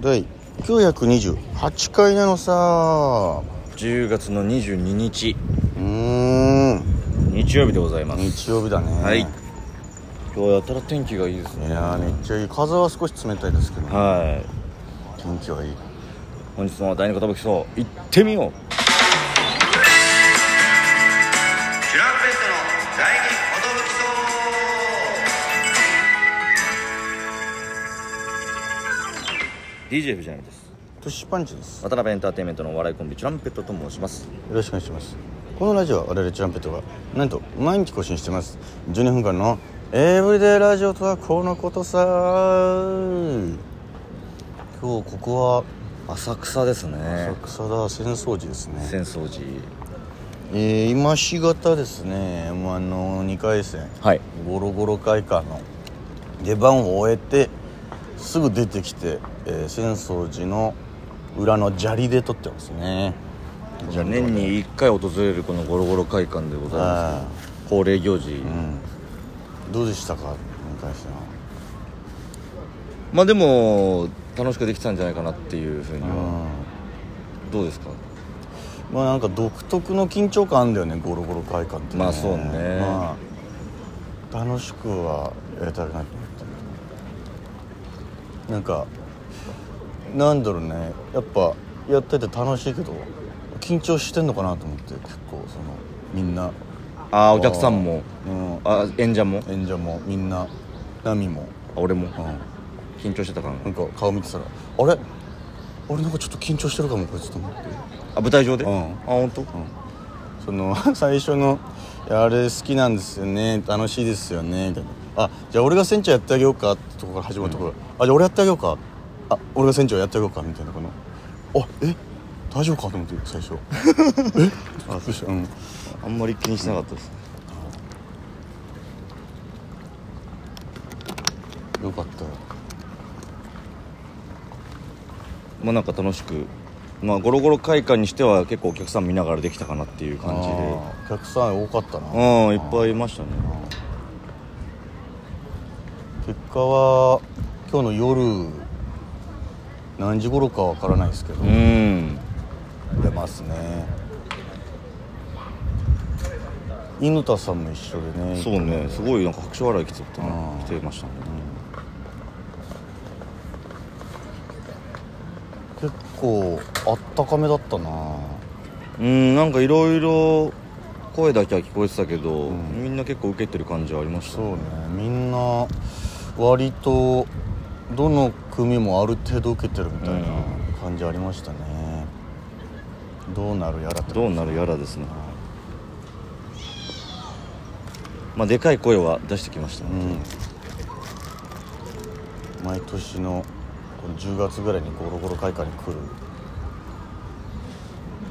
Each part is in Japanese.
第928回なのさ10月の22日うーん日曜日でございます日曜日だねはいい今日はやたら天気がいいですねやーめっちゃいい風は少し冷たいですけどはい天気はいい本日の第二寿そう行ってみようチュランペットの第二寿 DJ 藤波ですトシパンチですよ渡辺エンターテインメントのお笑いコンビチュランペットと申しますろしくお願いしますこのラジオは我々チュランペットがなんと毎日更新してます12分間のエブリデイラジオとはこのことさ今日ここは浅草ですね浅草だ浅草寺ですね浅草寺えー今しがたですね、もうあの2回戦、はいゴロゴロ会館の出番を終えてすぐ出てきて、えー浅草寺の裏の砂利で撮ってますねじゃあ年に1回訪れるこのゴロゴロ会館でございまあす恒例行事、ーどうでしたか2回戦はまあでも楽しくできたんじゃないかなっていうふうにはどうですかまあなんか独特の緊張感あんだよねゴロゴロ会館って、まあそうねまあ楽しくはやりたくなって思ったなんかなんだろうねやっぱやってて楽しいけど緊張してんのかなと思って結構そのみんな、ああお客さんもうん、あ演者も演者もみんなナミも、あ俺もうん、緊張してたからななんか顔見てたら「あれ俺なんかちょっと緊張してるかもこいつ」と思って。あ舞台上で、うんあ本当、その 最初のいや「あれ好きなんですよね楽しいですよね」みたいな「あじゃあ俺が船長やってあげようか」ってとこから始まるところ、あじゃあ俺やってあげようか」あ「俺が船長やってあげようか」みたいなこの「あえ大丈夫か?」と思って最 初えあそうしたうんあんまり気にしなかったです、よかったよまあなんか楽しくまあゴロゴロ会館にしては結構お客さん見ながらできたかなっていう感じであーお客さん多かったなうんいっぱいいましたね結果は今日の夜何時頃かわからないですけど、うん出ますね犬田さんも一緒でねそうねすごいなんか拍手笑い来てたあなー来てましたね結構あったかめだったなうんなんかいろいろ声だけは聞こえてたけど、みんな結構受けてる感じはありましたそうねみんな割とどの組もある程度受けてるみたいな感じありましたね、どうなるやらってどうなるやらですねまあでかい声は出してきましたね、うん毎年のこの10月ぐらいにゴロゴロ会館に来る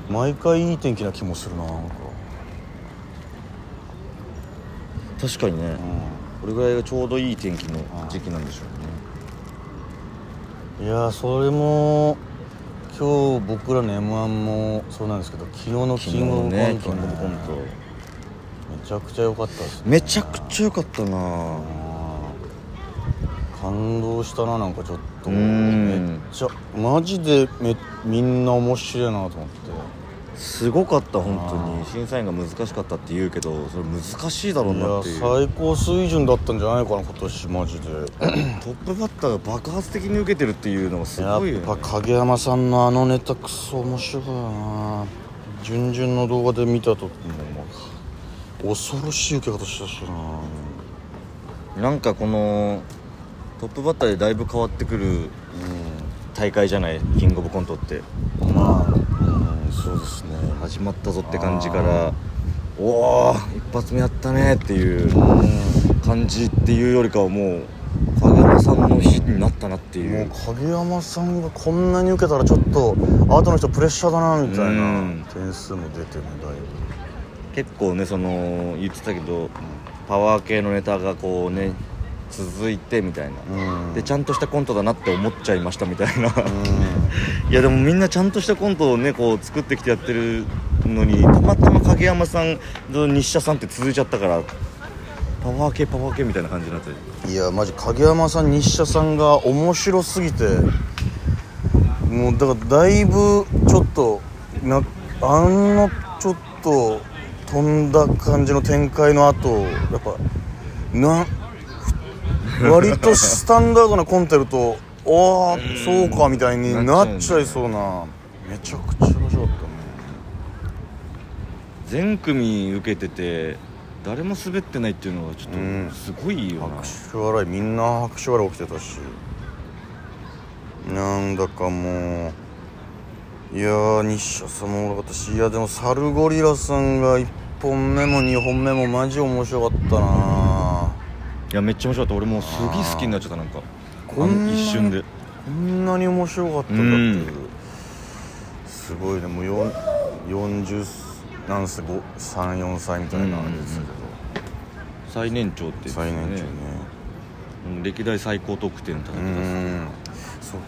毎回いい天気な気もするななんか確かにね、これぐらいがちょうどいい天気の時期なんでしょうねいやーそれも今日僕らの m 1もそうなんですけど昨日のキ昨日ングオブコント、ねねキングオブコントめちゃくちゃ良かったですねめちゃくちゃ良かったな感動したななんかちょっとんめっちゃマジでめみんな面白いなと思ってすごかった本当に審査員が難しかったって言うけどそれ難しいだろういなっていうや最高水準だったんじゃないかな今年マジでトップバッターが爆発的に受けてるっていうのがすやごいよ、っね、ぱ影山さんのあのネタクソ面白いな順々の動画で見た時も恐ろしい受け方したしななんかこのトップバッターでだいぶ変わってくる大会じゃないキングオブコントってまあうんそうですね始まったぞって感じからおお一発目やったねっていう感じっていうよりかはもう影山さんの日になったなっていもうう影山さんがこんなに受けたらちょっと後の人プレッシャーだなみたいうんな点数も出てねだいぶ結構ねその言ってたけどパワー系のネタがこうね続いてみたいな、うんでちゃんとしたコントだなって思っちゃいましたみたいな、 いやでもみんなちゃんとしたコントをねこう作ってきてやってるのにたまたま影山さんと日射さんって続いちゃったからパワー系パワー系みたいな感じになっていやマジ影山さん西社さんが面白すぎてもうだからだいぶちょっとなあのちょっと飛んだ感じの展開の後やっぱなふ割とスタンダードなコンテルとああそうかみたいになっちゃいそうなめちゃくちゃ面白かったね全組受けてて誰も滑ってないっていうのがちうょんっとすごいよな、拍手笑いみんな拍手笑い起きてたしなんだかもういやー西田さんもおもろかったしいやでもサルゴリラさんが1本目も2本目もマジ面白かったないやめっちゃ面白かった俺もうすげえ好きになっちゃったなんかこんなあの一瞬でこんなに面白かったかっていう、すごいねもうよん40なんす34歳みたいな感じですけど、最年長って言っ最てたよ年長ねうん歴代最高得点叩うき出すん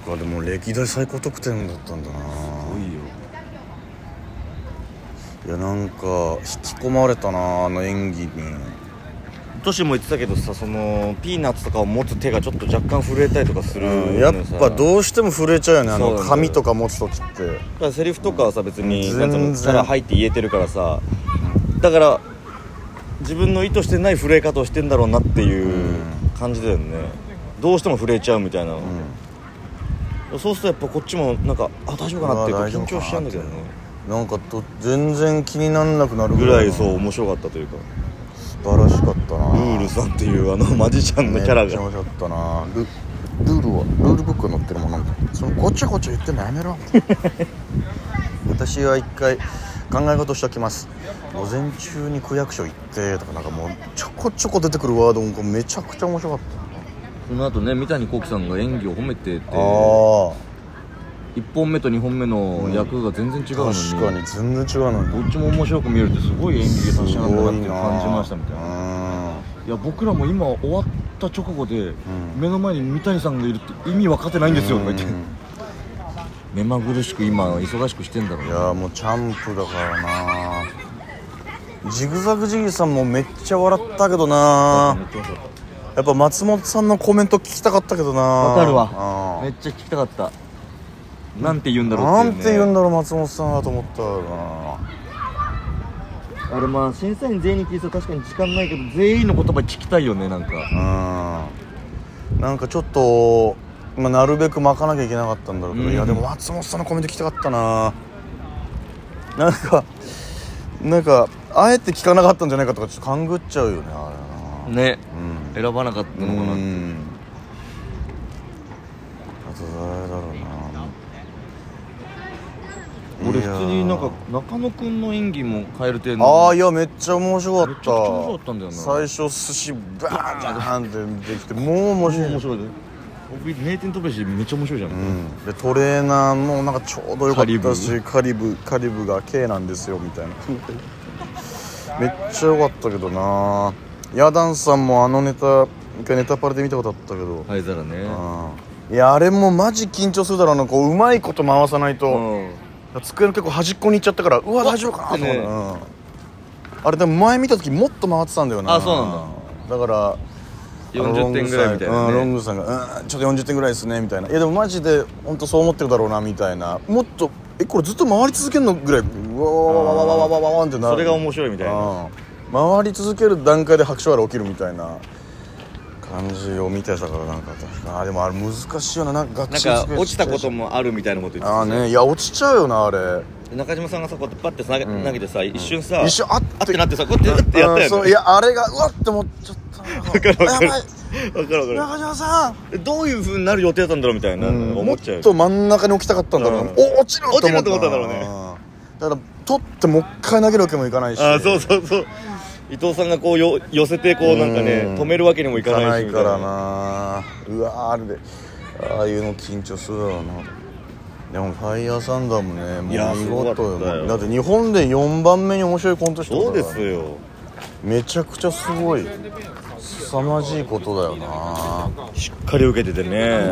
そっかでも歴代最高得点だったんだなすごいよいやなんか引き込まれたなあの演技にトシも言ってたけどさそのピーナッツとかを持つ手がちょっと若干震えたりとかするのやよっさぱどうしても震えちゃうよねあそうのなんだよ紙とか持つ時ってだからセリフとかはさ別に全な然んつうの力入って言えてるからさだから自分の意図してない震え方をしてんだろうなっていう感じだよねどうしても震えちゃうみたいな、そうするとやっぱこっちもなんかあ大丈夫かなっていううかわ大丈緊夫かな張しちゃうんだけどねなんかと全然気になんなくなるぐらいそうう面白かったというか素晴らしかったなルールさんっていうあのマジシャンのキャラめっちゃが面白かったなルルールはルールブックが載ってるもんなんだそのごちゃごちゃ言ってんのやめろ 私は一回考え事しておきます午前中に区役所行ってとかなんかもうちょこちょこ出てくるワードもめちゃくちゃ面白かったその後ね三谷幸喜さんが演技を褒めててああ1本目と2本目の役が全然違うのに、確かに全然違うのどにっちも面白く見えるってすごい演技で達者なんだなっていう感じましたみたいなないや僕らも今終わった直後で、ん目の前に三谷さんがいるって意味分かってないんですよとうかん言って目まぐるしく今忙しくしてんだろういなやもうチャンプだからなジグザグジギーさんもめっちゃ笑ったけどなめっちゃ面白かっやっぱ松本さんのコメント聞きたかったけどなたわわかるわわめっちゃ聞きたかったなんて言うんだろうなんて言うんだだろう松本さんはと思ったよあれまあ審査員全員に聞いてたら確かに時間ないけど全員の言葉聞きたいよねなんかなうんなんかちょっと、まあ、なるべく巻かなきゃいけなかったんだろうけど、うんいやでも松本さんのコメント聞きたかったななんかなんかあえて聞かなかったんじゃないかとかちょっと勘ぐっちゃうよねあれなねうん選ばなかったのかなってうんあと誰だろうな俺普通になんいやか中野くんの演技も蛙亭のああいやめっちゃ面白かっためちゃくちゃ面白かったんだよな最初寿司バーンってできてもう面白い面白いね僕名店飛べしめっちゃ面白いじゃん、でトレーナーもなんかちょうどよかったしカカリブカリブが K なんですよみたい なめっちゃ良かったけどなヤダンさんもあのネタ一回ネタパレで見たことあったけど、灰皿ねうんいやあれもマジ緊張するだろうなこううまいこと回さないと、うん机の結構端っこに行っちゃったからうわ大丈夫かなと思って、ねうんあれでも前見た時もっと回ってたんだよなあそうなんだだから40点ぐらいみたいなねうんロングさんが「うんちょっと40点ぐらいですね」みたいな「いやでもマジで本当そう思ってるだろうな」みたいなもっと「えこれずっと回り続けるの?」ぐらいうわわわわわわわわわんってなるそれが面白いみたいなうん回り続ける段階で拍手笑い起きるみたいな感じを見てたからなんかあーでもあれ難しいよななんかがっなんちりか机落ちたこともあるみたいなこと言ってああたねいや落ちちゃうよなあれ中島さんがさこうやってパッて投げ,、投げてさ一瞬さ一瞬あってあってなってさこうやってってやったうんよそうねいやあれがうわって思っちゃったわかるわかるやばいわかるわか中島さん、るどういうふうになる予定だったんだろうみたいな、思っちゃもうっと真ん中に置きたかったんだろうな、うんお落ちると思落ちると思ったんだろうねうんだから取ってもう一回投げるわけもいかないしああそうそうそう伊藤さんがこうよ寄せてこうなんかねうん止めるわけにもいいかかなないしいみかたいらななうわーあれでああいうの緊張するだろうなでもファイヤーサンダーもねもいやう見すごかった事よよだって日本で4番目に面白いコント師ってこそうとだでからすよめちゃくちゃすごい凄まじいことだよなしっかり受けててね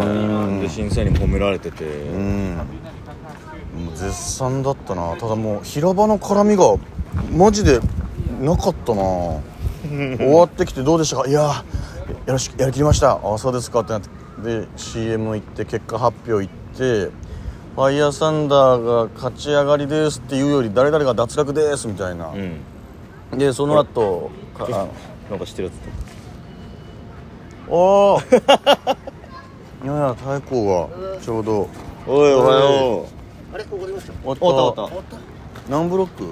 で審査員にも褒められててうんもう絶賛だったなただもう平場の絡みがマジでなかったな 終わってきてどうでしたかいやーやらしやりきりましたあそうですかってなってで CM 行って結果発表行ってファイヤーサンダーが勝ち上がりですっていうより誰々が脱落ですみたいな、うんでその後かあなんか知ってるや おおやや太鼓がちょうどつおいおはよあれ終わりました終わった終わった終終わった何ブロック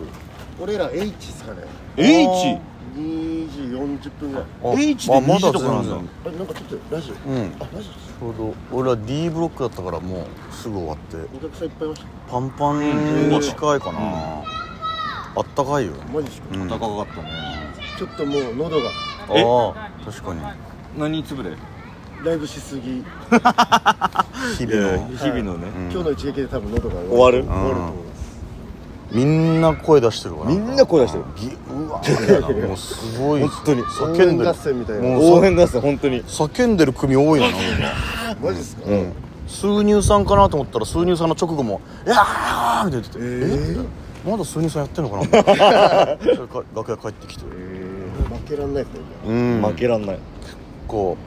俺ら H ですかねう H 2時40分ぐらいあ H であまだ20とかなんだ全あれなんかちょっとラジオ然うんあラジオですちょうど俺は D ブロックだったからもうすぐ終わってお客さんいっぱいいましパンパンに近いかな、あったかいよ、たマジですかうん、あ高かったねちょっともう喉がえあ確かに何潰れライブしすぎ日いや々の日々のね今日の一撃で多分喉が終わる終わると思いますみんな声出してるかなみんな声出してるぎうわーみたい なもうすごい本当に叫応ん援でる合戦みたいなもう応援出す本当に叫んでる組多いな なんかマジですか数乳さんかなと思ったら数乳さんの直後も「いやー!」みたいな言ってて「ええーまだ数乳さんやってんのか な? 」それか楽屋帰ってきて負けらんないですねうん負けらんないこ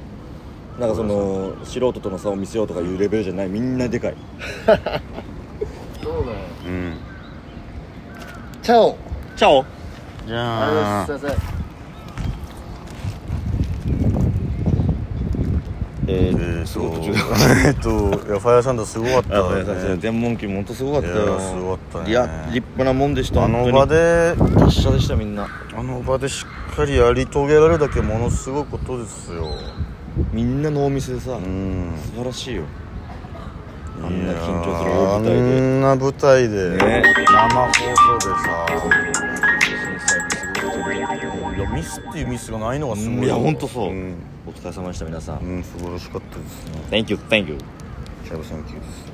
なんかその素人との差を見せようとかいうレベルじゃないみんなでかい今どうなんやううんチャオチャオじあゃりあがとうございまええーーすそごうい途中で えーっといやファイヤーサンダーすごかっあごめんたなさいね天文機も本当すごかったいやよーすごかったねいや立派なもんでしたあの場で本当に達者でしたみんなあの場でしっかりやり遂げられるだけものすごいことですよみんなのお店でさうん素晴らしいよああんな緊張する大舞台あでんな舞台で、ね生放送でさ震災もすごいことだけどいやミスっていうミスがないのがすごいいや本当そう、ん、お疲れ様でした皆さん、うん、素晴らしかったですね Thank you, thank you キャブさん級です